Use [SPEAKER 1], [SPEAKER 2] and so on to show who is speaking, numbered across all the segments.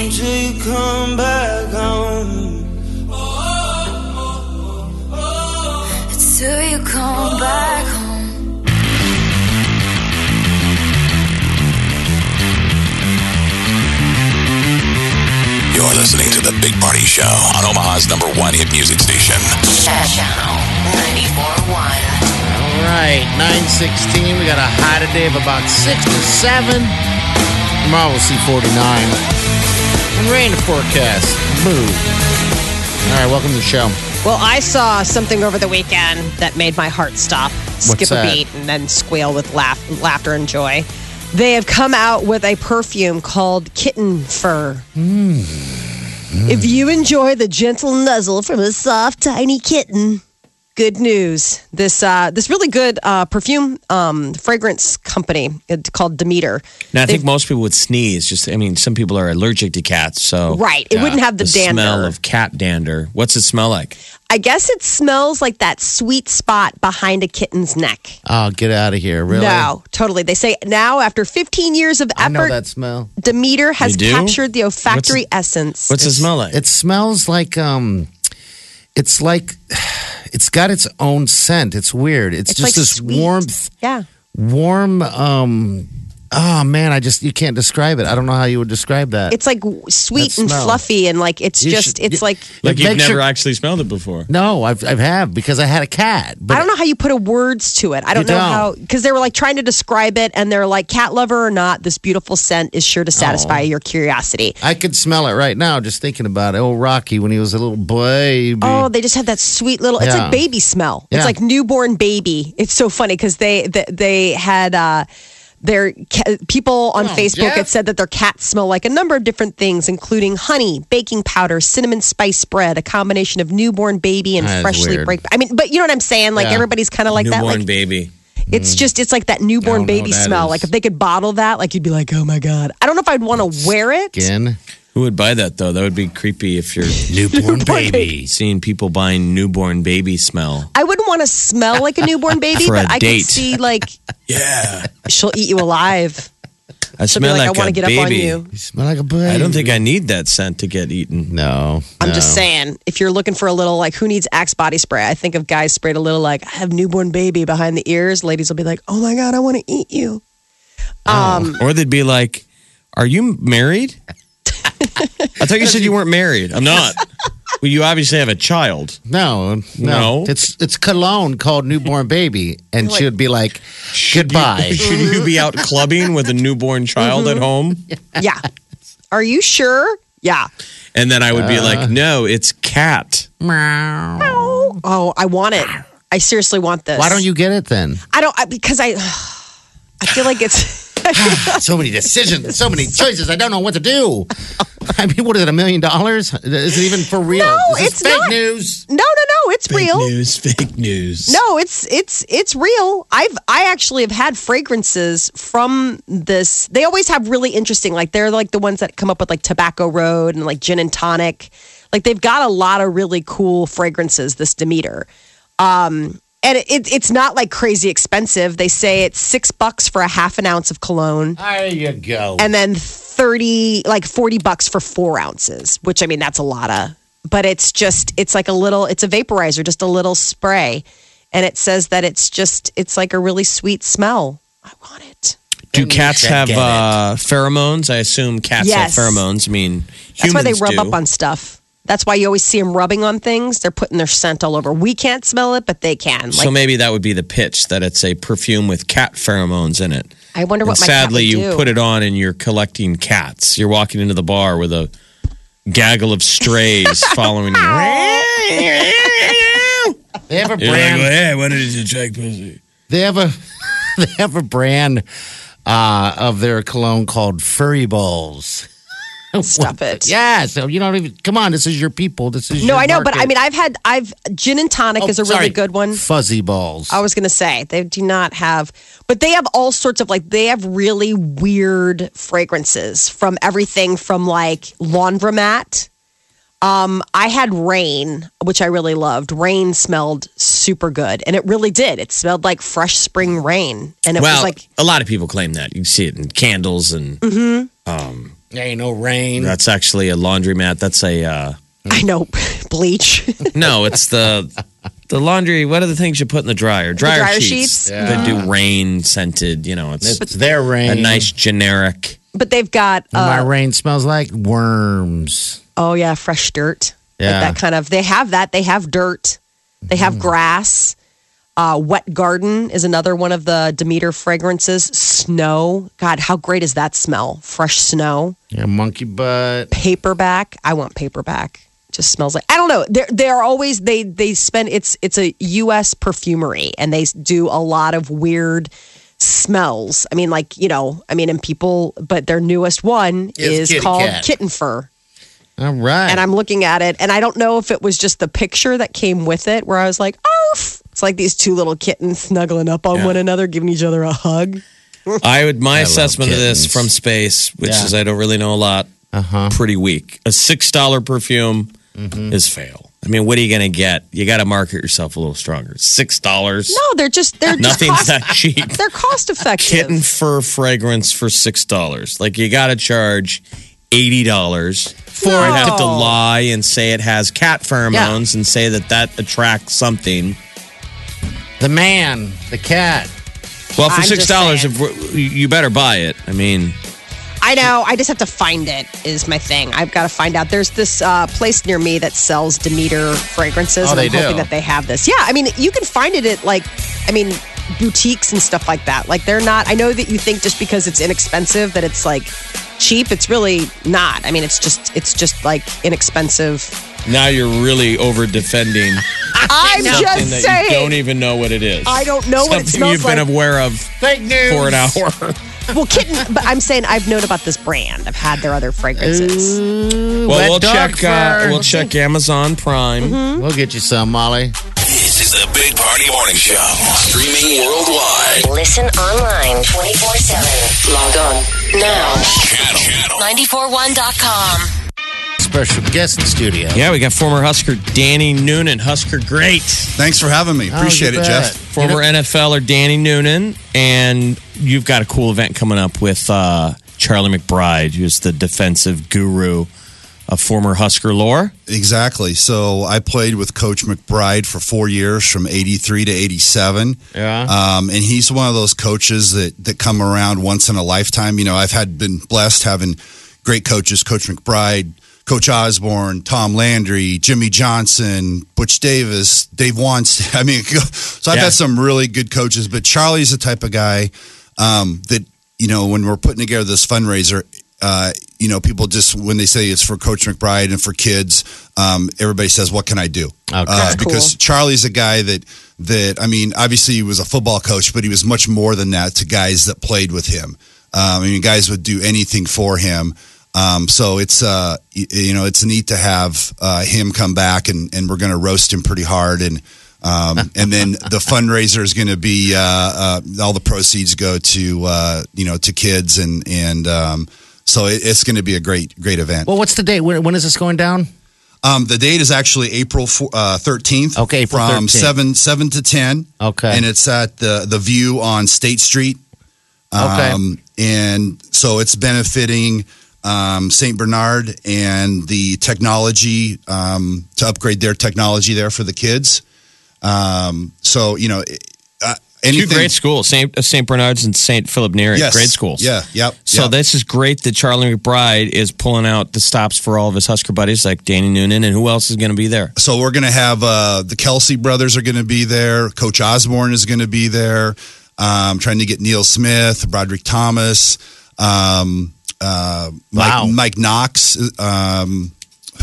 [SPEAKER 1] Until you come back home.
[SPEAKER 2] Till you come back home.
[SPEAKER 3] You're listening to The Big Party Show on Omaha's number one hit music station.
[SPEAKER 4] Channel 94.1.
[SPEAKER 5] All right, 916. We got a high today of about 6 to 7. Tomorrow we'll see 49. And rain forecast. Moo. All right, welcome to the show.
[SPEAKER 6] Well, I saw something over the weekend that made my heart stop, skip a
[SPEAKER 5] that?
[SPEAKER 6] beat, and then squeal with laugh, laughter and joy. They have come out with a perfume called Kitten Fur. If you enjoy the gentle nuzzle from a soft, tiny kitten, good news. This uh, this really good uh, perfume um, fragrance company it's called Demeter.
[SPEAKER 7] Now, I think most people would sneeze. Just, I mean, some people are allergic to cats, so
[SPEAKER 6] Right. It wouldn't have the dander.
[SPEAKER 7] smell of cat dander. What's it smell like?
[SPEAKER 6] I guess it smells like that sweet spot behind a kitten's neck.
[SPEAKER 5] Oh, get out of here. Really?
[SPEAKER 6] No, totally. They say now, after 15 years of
[SPEAKER 5] I know
[SPEAKER 6] effort,
[SPEAKER 5] that smell.
[SPEAKER 6] Demeter has
[SPEAKER 7] You do?
[SPEAKER 6] captured the olfactory essence.
[SPEAKER 7] What's it smell like?
[SPEAKER 5] It smells like, um, it's like, it's got its own scent. It's weird. It's,
[SPEAKER 6] It's
[SPEAKER 5] just
[SPEAKER 6] like
[SPEAKER 5] this
[SPEAKER 6] sweet.
[SPEAKER 5] warmth,
[SPEAKER 6] Yeah.
[SPEAKER 5] warm, um, oh man, I just, you can't describe it. I don't know how you would describe that.
[SPEAKER 6] It's like w- sweet
[SPEAKER 5] That
[SPEAKER 6] and
[SPEAKER 5] smell.
[SPEAKER 6] fluffy, and like it's
[SPEAKER 5] You
[SPEAKER 6] just,
[SPEAKER 5] should-
[SPEAKER 6] it's
[SPEAKER 5] you-
[SPEAKER 6] like,
[SPEAKER 7] like
[SPEAKER 5] It
[SPEAKER 7] you've
[SPEAKER 5] makes
[SPEAKER 7] never
[SPEAKER 5] your-
[SPEAKER 7] actually smelled it before.
[SPEAKER 5] No, I've, I've have because I had a cat. But
[SPEAKER 6] I don't know how you put a words to it. I don't
[SPEAKER 5] You
[SPEAKER 6] know
[SPEAKER 5] don't.
[SPEAKER 6] how, because they were like trying to describe it, and they're like, cat lover or not, this beautiful scent is sure to satisfy
[SPEAKER 5] Oh.
[SPEAKER 6] your curiosity.
[SPEAKER 5] I could smell it right now just thinking about it. Oh, Rocky when he was a little baby.
[SPEAKER 6] Oh, they just have that sweet little. It's
[SPEAKER 5] Yeah.
[SPEAKER 6] like baby smell.
[SPEAKER 5] Yeah.
[SPEAKER 6] It's like newborn baby. It's so funny because they, they they had uh, their ca- people
[SPEAKER 5] Oh,
[SPEAKER 6] on Facebook had
[SPEAKER 5] Jeff.
[SPEAKER 6] said that their cats smell like a number of different things, including honey, baking powder, cinnamon spice bread, a combination of newborn baby and
[SPEAKER 5] That is
[SPEAKER 6] freshly
[SPEAKER 5] weird.
[SPEAKER 6] break. I mean, but you know what I'm saying? Like
[SPEAKER 5] Yeah.
[SPEAKER 6] everybody's kind of like that.
[SPEAKER 7] Newborn
[SPEAKER 6] Like
[SPEAKER 7] baby.
[SPEAKER 6] it's just it's like that
[SPEAKER 5] I
[SPEAKER 6] newborn
[SPEAKER 5] don't know
[SPEAKER 6] baby
[SPEAKER 5] what that
[SPEAKER 6] smell.
[SPEAKER 5] is.
[SPEAKER 6] Like if they could bottle that, like you'd be like, oh my god. I don't know if I'd want to wear it.
[SPEAKER 5] Again.
[SPEAKER 7] Who would buy that though? That would be creepy if you're
[SPEAKER 5] Newborn baby.
[SPEAKER 7] seeing people buying newborn baby smell.
[SPEAKER 6] I wouldn't want to smell like a newborn baby,
[SPEAKER 7] For a
[SPEAKER 6] but I
[SPEAKER 7] date.
[SPEAKER 6] could see like
[SPEAKER 7] Yeah,
[SPEAKER 6] she'll eat you alive.
[SPEAKER 7] I
[SPEAKER 6] She'll be
[SPEAKER 7] smell
[SPEAKER 6] like,
[SPEAKER 7] like,
[SPEAKER 6] I want
[SPEAKER 7] a
[SPEAKER 6] to get
[SPEAKER 7] baby.
[SPEAKER 6] up on you.
[SPEAKER 5] You smell like a baby.
[SPEAKER 7] I don't think I need that scent to get eaten.
[SPEAKER 5] No.
[SPEAKER 6] I'm
[SPEAKER 5] no.
[SPEAKER 6] just saying, if you're looking for a little, like, who needs Axe body spray? I think of guys sprayed a little, like, I have newborn baby behind the ears. Ladies will be like, oh my God, I want to eat you.
[SPEAKER 7] Oh.
[SPEAKER 6] Um,
[SPEAKER 7] Or they'd be like, "Are you married?" I thought you said you weren't married. I'm not. Well, you obviously have a child.
[SPEAKER 5] No, no.
[SPEAKER 7] No.
[SPEAKER 5] It's it's cologne called newborn baby, and she would be like, "Goodbye."
[SPEAKER 7] Should you be out clubbing with a newborn child at home?
[SPEAKER 6] Mm-hmm. yeah. Are you sure? Yeah.
[SPEAKER 7] And then I would be like, no, it's cat.
[SPEAKER 5] Why
[SPEAKER 6] Oh, I want it. I seriously want this.
[SPEAKER 5] don't you get it then?
[SPEAKER 6] I don't, I, because I, I feel like it's,
[SPEAKER 5] So many decisions, so many choices. I don't know what to do. I mean, what is it? A million dollars? Is it even for real?
[SPEAKER 6] No,
[SPEAKER 5] Is this
[SPEAKER 6] it's
[SPEAKER 5] fake
[SPEAKER 6] not.
[SPEAKER 5] news.
[SPEAKER 6] no, no, no, it's real.
[SPEAKER 7] news, fake news.
[SPEAKER 6] No, it's it's it's real. I've I actually have had fragrances from this. They always have really interesting like they're like the ones that come up with like Tobacco Road and like gin and tonic. Like they've got a lot of really cool fragrances this Demeter. Um and it, it's not like crazy expensive. They say it's 6 bucks for a half an ounce of cologne
[SPEAKER 5] There you go.
[SPEAKER 6] and then 30 like 40 bucks for four ounces which i mean that's a lot of but it's just it's like a little it's a vaporizer just a little spray and it says that it's just it's like a really sweet smell i want it
[SPEAKER 7] Do cats have uh, pheromones? I assume cats
[SPEAKER 6] Yes.
[SPEAKER 7] have pheromones. I mean,
[SPEAKER 6] that's
[SPEAKER 7] humans
[SPEAKER 6] why they rub
[SPEAKER 7] do.
[SPEAKER 6] up on stuff that's why you always see them rubbing on things they're putting their scent all over we can't smell it but they can like
[SPEAKER 7] so maybe that would be the pitch that it's a perfume with cat pheromones in it.
[SPEAKER 6] i wonder
[SPEAKER 7] And
[SPEAKER 6] what my
[SPEAKER 7] sadly,
[SPEAKER 6] cat would
[SPEAKER 7] you
[SPEAKER 6] do.
[SPEAKER 7] put it on and you're collecting cats. You're walking into the bar with a gaggle of strays following you.
[SPEAKER 5] They have a
[SPEAKER 7] You're like,
[SPEAKER 5] brand.
[SPEAKER 7] hey, what did you check, pussy?
[SPEAKER 5] They have a they have a brand uh, of their cologne called Furry Balls.
[SPEAKER 6] Stop it.
[SPEAKER 5] Yeah, so you don't even come on. This is your people. This is
[SPEAKER 6] No,
[SPEAKER 5] your
[SPEAKER 6] I know, but
[SPEAKER 5] market.
[SPEAKER 6] I mean, I've had I've gin and tonic
[SPEAKER 5] Oh,
[SPEAKER 6] is a
[SPEAKER 5] sorry.
[SPEAKER 6] really good one. Oh.
[SPEAKER 5] Fuzzy balls.
[SPEAKER 6] I was going to say they do not have, but they have all sorts of like they have really weird fragrances from everything from like laundromat. Um, I had rain, which I really loved. Rain smelled super good, and it really did. It smelled like fresh spring rain, and it was
[SPEAKER 7] well,
[SPEAKER 6] like
[SPEAKER 7] a lot of people claim that. You see it in candles, and
[SPEAKER 5] There ain't no rain.
[SPEAKER 7] that's actually a laundromat. That's a uh,
[SPEAKER 6] I know bleach,
[SPEAKER 7] no. It's the the laundry. What are the things you put in the dryer? Dryer,
[SPEAKER 6] dryer
[SPEAKER 7] sheets.
[SPEAKER 6] sheets?
[SPEAKER 7] They do rain scented. You know, it's
[SPEAKER 5] it's their rain.
[SPEAKER 7] a nice generic.
[SPEAKER 6] but they've got
[SPEAKER 5] And my
[SPEAKER 6] uh,
[SPEAKER 5] rain smells like worms.
[SPEAKER 6] oh yeah, fresh dirt.
[SPEAKER 5] Yeah. Mm.
[SPEAKER 6] Like that kind of they have that. They have dirt. They have grass. Uh, Wet Garden is another one of the Demeter fragrances. Snow. God, how great is that smell? Fresh snow.
[SPEAKER 5] Yeah, monkey butt.
[SPEAKER 6] Paperback. I want paperback. Just smells like I don't know. They're they're always they they spend it's it's a US perfumery and they do a lot of weird smells. I mean, like, you know, I mean and people but their newest one
[SPEAKER 5] Is
[SPEAKER 6] is,
[SPEAKER 5] kitty
[SPEAKER 6] called
[SPEAKER 5] cat.
[SPEAKER 6] kitten fur
[SPEAKER 5] All right.
[SPEAKER 6] and I'm looking at it, and I don't know if it was just the picture that came with it, where I was like, "Arf!" It's like these two little kittens snuggling up on one another, giving each other a hug.
[SPEAKER 7] I would my
[SPEAKER 5] love
[SPEAKER 7] assessment of this
[SPEAKER 5] kittens.
[SPEAKER 7] from space, which
[SPEAKER 5] Yeah.
[SPEAKER 7] is I don't really know a lot.
[SPEAKER 5] Uh-huh. Mm-hmm.
[SPEAKER 7] Pretty weak. A six dollar perfume is fail. I mean, what are you going to get? You got to market yourself a little stronger. Six dollars.
[SPEAKER 6] No, Oh, they're just they're just
[SPEAKER 7] Nothing's
[SPEAKER 6] cost,
[SPEAKER 7] that cheap.
[SPEAKER 6] they're cost effective.
[SPEAKER 7] Kitten fur fragrance for six dollars. Like you got to charge eighty dollars for
[SPEAKER 6] No.
[SPEAKER 7] it. Have to lie and say it has cat pheromones and say that that attracts something.
[SPEAKER 5] the man, the cat.
[SPEAKER 7] Well, for
[SPEAKER 6] I'm
[SPEAKER 7] six
[SPEAKER 6] just
[SPEAKER 7] dollars,
[SPEAKER 6] saying.
[SPEAKER 7] you better buy it. I mean,
[SPEAKER 6] I know. I just have to find it is my thing. I've got to find out. There's this uh, place near me that sells Demeter fragrances,
[SPEAKER 5] Oh,
[SPEAKER 6] and
[SPEAKER 5] they
[SPEAKER 6] I'm hoping
[SPEAKER 5] do.
[SPEAKER 6] that they have this. Yeah, I mean, you can find it at like, I mean, boutiques and stuff like that. Like they're not. I know that you think just because it's inexpensive that it's like cheap. It's really not. I mean, it's just it's just like inexpensive.
[SPEAKER 7] now you're really over defending
[SPEAKER 6] I'm
[SPEAKER 7] something
[SPEAKER 6] just
[SPEAKER 7] that you
[SPEAKER 6] saying.
[SPEAKER 7] don't even know what it is.
[SPEAKER 6] I don't know what it
[SPEAKER 7] Something
[SPEAKER 6] smells
[SPEAKER 7] you've been
[SPEAKER 6] like.
[SPEAKER 7] aware of
[SPEAKER 5] Fake news.
[SPEAKER 7] for an hour.
[SPEAKER 6] well, kitten. But I'm saying I've known about this brand. I've had their other fragrances.
[SPEAKER 7] Well,
[SPEAKER 5] Wet
[SPEAKER 7] we'll
[SPEAKER 5] dog
[SPEAKER 7] check. Uh,
[SPEAKER 5] fur.
[SPEAKER 7] we'll check Amazon Prime.
[SPEAKER 6] Mm-hmm.
[SPEAKER 5] We'll get you some, Molly.
[SPEAKER 3] This is the Big Party Morning Show. Streaming worldwide.
[SPEAKER 4] Listen online 24 7. Log on now.
[SPEAKER 3] Channel. Channel.
[SPEAKER 4] 941.com.
[SPEAKER 5] Special guest in studio.
[SPEAKER 7] Yeah, we got former Husker Danny Noonan, Husker great.
[SPEAKER 8] Thanks for having me.
[SPEAKER 5] Oh,
[SPEAKER 8] Appreciate
[SPEAKER 5] you
[SPEAKER 8] it,
[SPEAKER 5] bet.
[SPEAKER 8] Jeff.
[SPEAKER 5] You know-
[SPEAKER 7] former NFLer Danny Noonan, and you've got a cool event coming up with uh, Charlie McBride, who's the defensive guru, a former Husker lore.
[SPEAKER 8] Exactly. So I played with Coach McBride for four years from 83 to 87.
[SPEAKER 5] Yeah.
[SPEAKER 8] Um, and he's one of those coaches that, that come around once in a lifetime. You know, I've had been blessed having great coaches, Coach McBride, Coach Osborne, Tom Landry, Jimmy Johnson, Butch Davis, Dave Wants. I mean, so I've
[SPEAKER 7] Yeah.
[SPEAKER 8] had some really good coaches, but Charlie's the type of guy um, that you know when we're putting together this fundraiser uh, you know people just when they say it's for coach mcbride and for kids um, everybody says what can i do uh, because charlie's a guy that that i mean obviously he was a football coach but he was much more than that to guys that played with him um, i mean guys would do anything for him um, so it's uh, y- you know it's neat to have uh, him come back and, and we're going to roast him pretty hard and um, and then the fundraiser is going to be uh, uh, all the proceeds go to uh, you know to kids and and um, so it, it's going to be a great great event.
[SPEAKER 5] Well, what's the date? When, when is this going down?
[SPEAKER 8] Um, the date is actually April uh, thirteenth.
[SPEAKER 5] Okay, April
[SPEAKER 8] from
[SPEAKER 5] 13th.
[SPEAKER 8] seven seven to ten.
[SPEAKER 5] Okay.
[SPEAKER 8] and it's at the the View on State Street.
[SPEAKER 5] Okay.
[SPEAKER 8] Um, and so it's benefiting um, St. Bernard and the technology um, to upgrade their technology there for the kids. Um, so, you know, it- uh,
[SPEAKER 7] Two
[SPEAKER 8] anything.
[SPEAKER 7] great schools, St. uh, St. Bernard's and St. Philip Neri,
[SPEAKER 8] Yes.
[SPEAKER 7] great schools.
[SPEAKER 8] Yeah. Yep.
[SPEAKER 7] So
[SPEAKER 8] yep.
[SPEAKER 7] this is great that Charlie McBride is pulling out the stops for all of his Husker buddies like Danny Noonan, and who else is going to be there?
[SPEAKER 8] So we're going to have uh, the Kelsey brothers are going to be there. Coach Osborne is going to be there. Um, trying to get Neil Smith, Broderick Thomas, um, uh, Mike,
[SPEAKER 5] Wow.
[SPEAKER 8] Mike Knox. Um,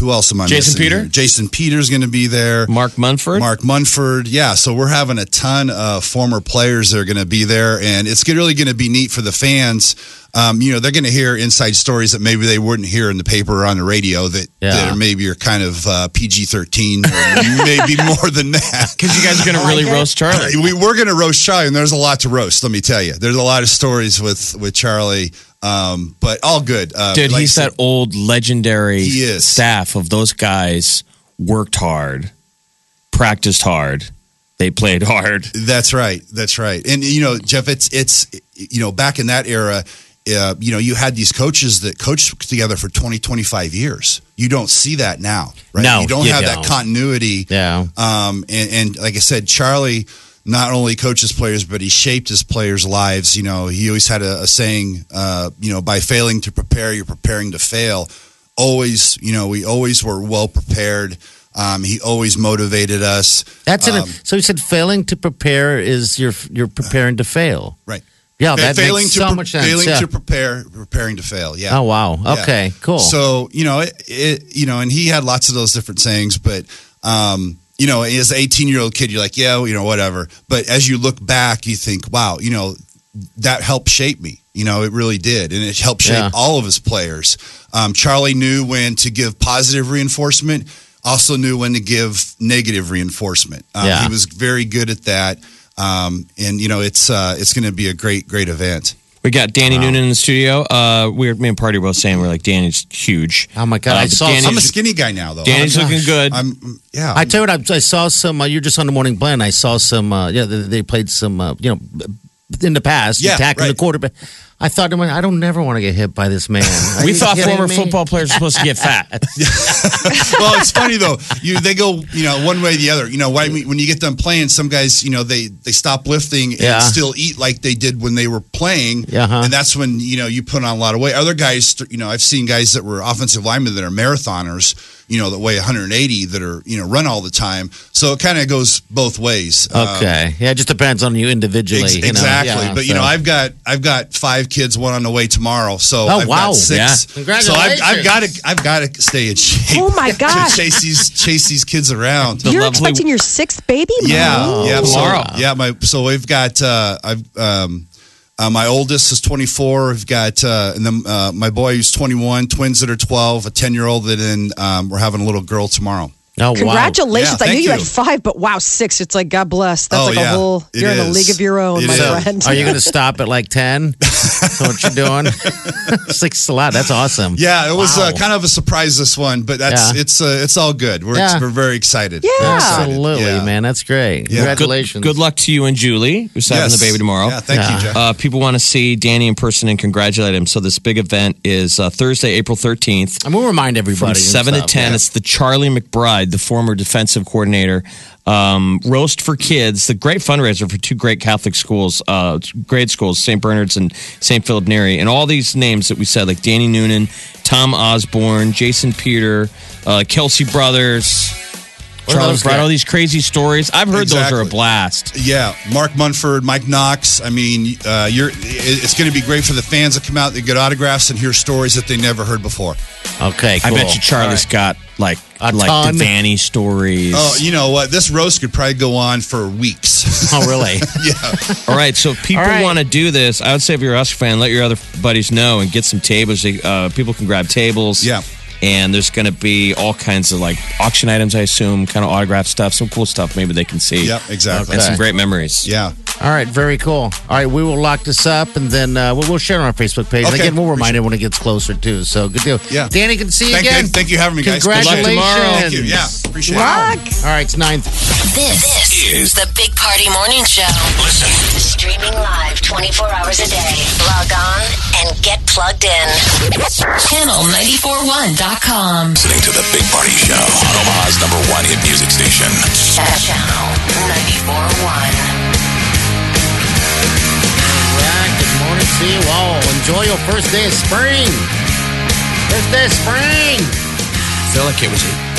[SPEAKER 8] who else am I
[SPEAKER 7] Jason
[SPEAKER 8] missing
[SPEAKER 7] Peter?
[SPEAKER 8] here? Jason Peter's going to be there.
[SPEAKER 7] Mark Munford.
[SPEAKER 8] Mark Munford. Yeah, so we're having a ton of former players that are going to be there, and it's really going to be neat for the fans. Um, you know, they're going to hear inside stories that maybe they wouldn't hear in the paper or on the radio that, that
[SPEAKER 5] Yeah.
[SPEAKER 8] are maybe are kind of uh, PG 13 or maybe more than that.
[SPEAKER 7] Because you guys are going to really roast Charlie.
[SPEAKER 8] we were going to roast Charlie, and there's a lot to roast. Let me tell you, there's a lot of stories with with Charlie, um, but all good. Uh,
[SPEAKER 7] Dude,
[SPEAKER 8] like
[SPEAKER 7] he's
[SPEAKER 8] I said-
[SPEAKER 7] that old legendary
[SPEAKER 8] He is.
[SPEAKER 7] staff of those guys worked hard, practiced hard, they played hard.
[SPEAKER 8] That's right. That's right. And you know, Jeff, it's it's you know, back in that era, uh, you know, you had these coaches that coached together for 20, 25 years. You don't see that now, right?
[SPEAKER 7] No,
[SPEAKER 8] you don't
[SPEAKER 7] you
[SPEAKER 8] have
[SPEAKER 7] don't.
[SPEAKER 8] that continuity.
[SPEAKER 5] Yeah.
[SPEAKER 8] Um, and, and like I said, Charlie not only coaches players, but he shaped his players' lives. You know, he always had a, a saying, uh, you know, by failing to prepare, you're preparing to fail. Always, you know, we always were well prepared. Um, he always motivated us.
[SPEAKER 5] That's in
[SPEAKER 8] Um,
[SPEAKER 5] it. So he said failing to prepare is you're you're preparing to fail.
[SPEAKER 8] Right.
[SPEAKER 5] Yeah,
[SPEAKER 8] Fa-
[SPEAKER 5] that
[SPEAKER 8] failing
[SPEAKER 5] makes
[SPEAKER 8] to
[SPEAKER 5] so
[SPEAKER 8] pre-
[SPEAKER 5] much sense.
[SPEAKER 8] Failing
[SPEAKER 5] yeah.
[SPEAKER 8] to prepare, preparing to fail. Yeah.
[SPEAKER 5] oh wow.
[SPEAKER 8] Yeah.
[SPEAKER 5] Okay. Cool.
[SPEAKER 8] So you know, it, it you know, and he had lots of those different sayings, but um, you know, as an eighteen-year-old kid, you're like, yeah, you know, whatever. But as you look back, you think, wow, you know, that helped shape me. You know, it really did, and it helped shape
[SPEAKER 5] Yeah.
[SPEAKER 8] all of his players. Um, Charlie knew when to give positive reinforcement, also knew when to give negative reinforcement. Um,
[SPEAKER 5] Yeah.
[SPEAKER 8] He was very good at that, um, and you know, it's uh, it's going to be a great, great event.
[SPEAKER 7] We got Danny Noonan in the studio. Uh, we were, me and Party were both saying we're like Danny's huge.
[SPEAKER 5] Oh, my God, I
[SPEAKER 7] Uh, but
[SPEAKER 5] saw
[SPEAKER 7] Danny's,
[SPEAKER 8] I'm a skinny guy now, though.
[SPEAKER 7] Danny's looking good.
[SPEAKER 8] I'm, I'm- yeah.
[SPEAKER 5] I told you, what, I, I saw some. Uh, you're just on the morning blend. I saw some. Uh, yeah, they, they played some. Uh, you know, in the past,
[SPEAKER 8] Yeah,
[SPEAKER 5] attacking the
[SPEAKER 8] right.
[SPEAKER 5] quarterback. I thought, to myself, I don't never want to get hit by this man. Are
[SPEAKER 7] we
[SPEAKER 5] you
[SPEAKER 7] thought
[SPEAKER 5] kidding
[SPEAKER 7] former
[SPEAKER 5] me?
[SPEAKER 7] football players were supposed to get fat.
[SPEAKER 8] well, it's funny though. You they go, you know, one way or the other. You know, why when you get them playing, some guys, you know, they they stop lifting and
[SPEAKER 5] Yeah.
[SPEAKER 8] still eat like they did when they were playing.
[SPEAKER 5] Yeah, huh.
[SPEAKER 8] And that's when you know you put on a lot of weight. Other guys, you know, I've seen guys that were offensive linemen that are marathoners. You know, that weigh 180 that are you know run all the time. So it kind of goes both ways. Um,
[SPEAKER 5] Okay. yeah, it just depends on you individually.
[SPEAKER 8] Ex-
[SPEAKER 5] you know?
[SPEAKER 8] exactly,
[SPEAKER 5] Yeah,
[SPEAKER 8] but you know,
[SPEAKER 5] so.
[SPEAKER 8] I've got I've got five kids, one on the way tomorrow. So
[SPEAKER 5] Oh,
[SPEAKER 8] I've
[SPEAKER 5] wow.
[SPEAKER 8] got six.
[SPEAKER 7] Yeah.
[SPEAKER 5] Congratulations.
[SPEAKER 8] So I've, I've got to I've got to stay in shape.
[SPEAKER 6] Oh, my gosh.
[SPEAKER 8] To chase these chase these kids around.
[SPEAKER 7] The
[SPEAKER 6] You're
[SPEAKER 7] lovely-
[SPEAKER 6] expecting your sixth baby? Mom?
[SPEAKER 8] Yeah,
[SPEAKER 5] Oh,
[SPEAKER 8] yeah.
[SPEAKER 7] Tomorrow.
[SPEAKER 8] So, yeah, my so we've got uh, I've um, uh, my oldest is 24. We've got uh, and then uh, my boy who's 21, twins that are 12, a 10 year old, and then um, we're having a little girl tomorrow.
[SPEAKER 5] oh, wow.
[SPEAKER 6] Congratulations.
[SPEAKER 8] Yeah,
[SPEAKER 6] I knew
[SPEAKER 8] thank
[SPEAKER 6] you had
[SPEAKER 8] you.
[SPEAKER 6] five, but wow, six. It's like, God bless. That's
[SPEAKER 8] Oh,
[SPEAKER 6] like
[SPEAKER 8] yeah.
[SPEAKER 6] a whole,
[SPEAKER 8] It
[SPEAKER 6] you're in a
[SPEAKER 8] is.
[SPEAKER 6] league of your own,
[SPEAKER 8] It
[SPEAKER 6] my
[SPEAKER 8] is.
[SPEAKER 6] friend.
[SPEAKER 5] Are you going to stop at like 10? That's what you're doing? Six a lot. That's awesome.
[SPEAKER 8] Yeah, it was
[SPEAKER 5] Wow.
[SPEAKER 8] uh, kind of a surprise this one, but that's
[SPEAKER 5] Yeah.
[SPEAKER 8] it's uh, it's all good. We're
[SPEAKER 5] Yeah.
[SPEAKER 8] we're very excited.
[SPEAKER 6] Yeah.
[SPEAKER 8] Very excited.
[SPEAKER 5] Absolutely,
[SPEAKER 8] Yeah.
[SPEAKER 5] man. That's great.
[SPEAKER 8] Yeah. Good-
[SPEAKER 5] Congratulations.
[SPEAKER 7] Good luck to you and Julie, who's having
[SPEAKER 8] Yes.
[SPEAKER 7] the baby tomorrow.
[SPEAKER 8] Yeah, thank
[SPEAKER 5] Yeah.
[SPEAKER 8] you, Jeff.
[SPEAKER 7] Uh, people want to see Danny in person and congratulate him. So this big event is uh, Thursday, April 13th.
[SPEAKER 5] I'm going to remind everybody.
[SPEAKER 7] from
[SPEAKER 5] and
[SPEAKER 7] seven to
[SPEAKER 5] stuff.
[SPEAKER 7] ten. It's the Charlie McBride, the former defensive coordinator. Um, Roast for Kids, the great fundraiser for two great Catholic schools, uh, grade schools, St. Bernard's and St. Philip Neri, and all these names that we said, like Danny Noonan, Tom Osborne, Jason Peter, uh, Kelsey Brothers,
[SPEAKER 5] What are
[SPEAKER 7] Charlie
[SPEAKER 5] those
[SPEAKER 7] McBride,
[SPEAKER 5] guys?
[SPEAKER 7] all these crazy stories. I've heard those are a
[SPEAKER 8] Exactly.
[SPEAKER 7] blast.
[SPEAKER 8] Yeah, Mark Munford, Mike Knox. I mean, uh, you're. it- It's going to be great for the fans that come out. They get autographs and hear stories that they never heard before.
[SPEAKER 5] Okay, cool.
[SPEAKER 7] I bet you
[SPEAKER 5] All
[SPEAKER 7] Charlie's
[SPEAKER 5] right.
[SPEAKER 7] got like
[SPEAKER 5] A
[SPEAKER 7] like
[SPEAKER 5] ton.
[SPEAKER 7] the Vanny stories.
[SPEAKER 8] Oh, you know what? This roast could probably go on for weeks.
[SPEAKER 5] Oh, really?
[SPEAKER 7] All right, so if people
[SPEAKER 5] All right.
[SPEAKER 7] want to do this, I would say if you're a Husker fan, let your other buddies know and get some tables. They- Uh, people can grab tables.
[SPEAKER 8] Yeah.
[SPEAKER 7] And there's going to be all kinds of like auction items, I assume, kind of autograph stuff, some cool stuff maybe they can see.
[SPEAKER 8] yep, exactly.
[SPEAKER 7] And some
[SPEAKER 5] Okay.
[SPEAKER 7] great memories.
[SPEAKER 8] Yeah.
[SPEAKER 5] All right, very cool. All right, we will lock this up and then uh, we'll, we'll share it on our Facebook page.
[SPEAKER 8] Okay,
[SPEAKER 5] Again, we'll remind it when it gets closer, too. So good deal.
[SPEAKER 8] Yeah.
[SPEAKER 5] Danny, good to see you
[SPEAKER 8] Thank,
[SPEAKER 5] again.
[SPEAKER 8] thank, thank you for having me, guys. Good luck
[SPEAKER 5] Congratulations.
[SPEAKER 8] tomorrow. Thank you. Yeah, appreciate it.
[SPEAKER 5] All right, it's 9.
[SPEAKER 4] This, is the Big Party Morning Show.
[SPEAKER 3] Listen.
[SPEAKER 4] Streaming live 24 hours a day. Log on and get plugged in. Channel941.com.
[SPEAKER 3] Listening to the Big Party Show on Omaha's number one hit music station.
[SPEAKER 4] Channel 941.
[SPEAKER 5] Alright, Good morning to you all. Enjoy your first day of spring. First day of spring.
[SPEAKER 7] feel like it was eight.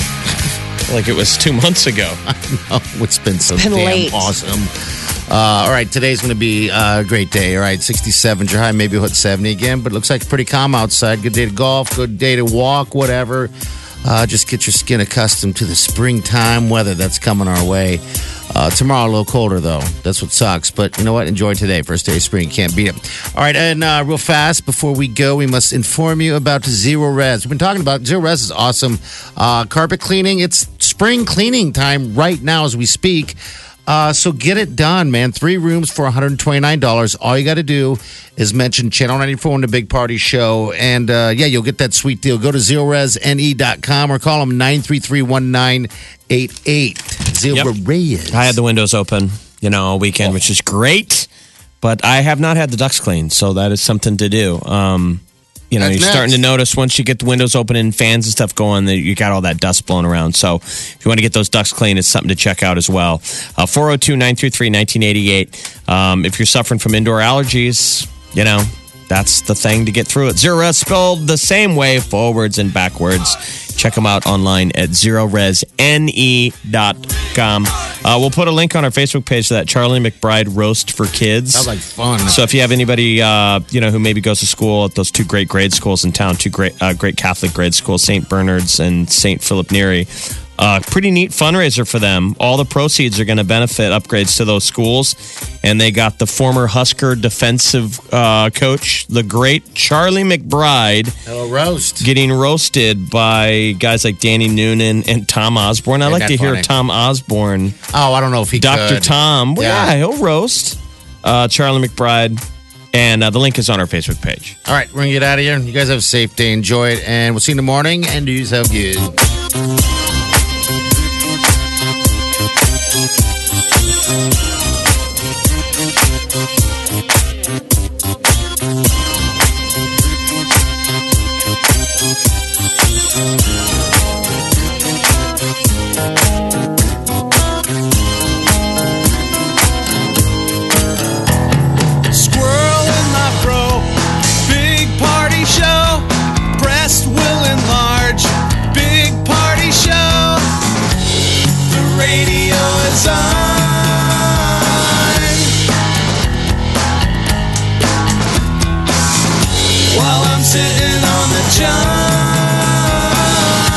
[SPEAKER 7] like it was two months ago.
[SPEAKER 5] Oh, it's been so
[SPEAKER 6] been
[SPEAKER 5] damn
[SPEAKER 6] late.
[SPEAKER 5] awesome. Uh, all right, today's going to be uh, a great day. All right, 67, your high maybe we'll hit 70 again, but it looks like pretty calm outside. Good day to golf, good day to walk, whatever. Uh, just get your skin accustomed to the springtime weather that's coming our way. Uh, tomorrow, a little colder, though. That's what sucks. But you know what? Enjoy today. First day of spring. Can't beat it. All right. And uh, real fast, before we go, we must inform you about Zero Res. We've been talking about Zero Res is awesome. Uh, carpet cleaning, it's spring cleaning time right now as we speak. Uh, so get it done, man. Three rooms for $129. All you got to do is mention Channel 94 on the Big Party Show. And uh, yeah, you'll get that sweet deal. Go to zeroresne.com E or call them 933 1988. Zero Res.
[SPEAKER 7] I had the windows open, you know, all weekend, which is great. But I have not had the ducts cleaned, so that is something to do. Um, you know,
[SPEAKER 5] That's
[SPEAKER 7] you're starting to
[SPEAKER 5] next.
[SPEAKER 7] notice once you get the windows open and fans and stuff going that you got all that dust blowing around. So if you want to get those ducts cleaned, it's something to check out as well. Uh, 402 933 1988. Um, If you're suffering from indoor allergies, you know, that's the thing to get through it. Zero Res spelled the same way, forwards and backwards. Check them out online at zeroresne.com. E Uh, we'll put a link on our Facebook page to that Charlie McBride roast for kids.
[SPEAKER 5] Sounds like fun.
[SPEAKER 7] So if you have anybody, uh, you know, who maybe goes to school at those two great grade schools in town, two great uh, great Catholic grade schools, St. Bernard's and St. Philip Neri, uh, pretty neat fundraiser for them. All the proceeds are going to benefit upgrades to those schools, and they got the former Husker defensive uh, coach, the great Charlie McBride,
[SPEAKER 5] Hello, roast.
[SPEAKER 7] getting roasted by guys like Danny Noonan and Tom Osborne. I
[SPEAKER 5] Ain't
[SPEAKER 7] like
[SPEAKER 5] that
[SPEAKER 7] to hear
[SPEAKER 5] funny?
[SPEAKER 7] Tom Osborne.
[SPEAKER 5] oh, I don't know if he
[SPEAKER 7] Dr.
[SPEAKER 5] could.
[SPEAKER 7] Tom. Well,
[SPEAKER 5] Yeah.
[SPEAKER 7] yeah. he'll roast uh, Charlie McBride. And uh, the link is on our Facebook page.
[SPEAKER 5] All right, we're going to get out of here. You guys have a safe day. Enjoy it. And we'll see you in the morning. And do yourself good.
[SPEAKER 1] Squirrel in my fro. Big party show. Breast will enlarge. Big party show. The radio is on. While I'm sitting on the john.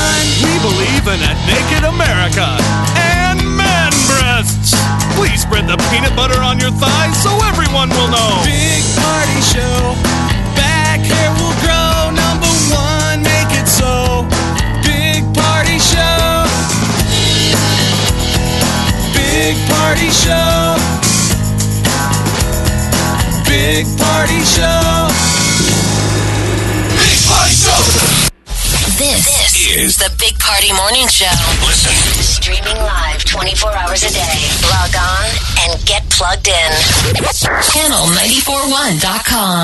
[SPEAKER 1] We believe in a naked America and man breasts. Please spread the peanut butter on your thighs so everyone will know. Big party show. Back hair will grow. Number one, make it so. Big party show. Big party show. Big party show.
[SPEAKER 3] Big Party Show.
[SPEAKER 4] This, is the Big Party Morning Show.
[SPEAKER 3] Listen.
[SPEAKER 4] Streaming live 24 hours a day. Log on and get plugged in. Channel941.com.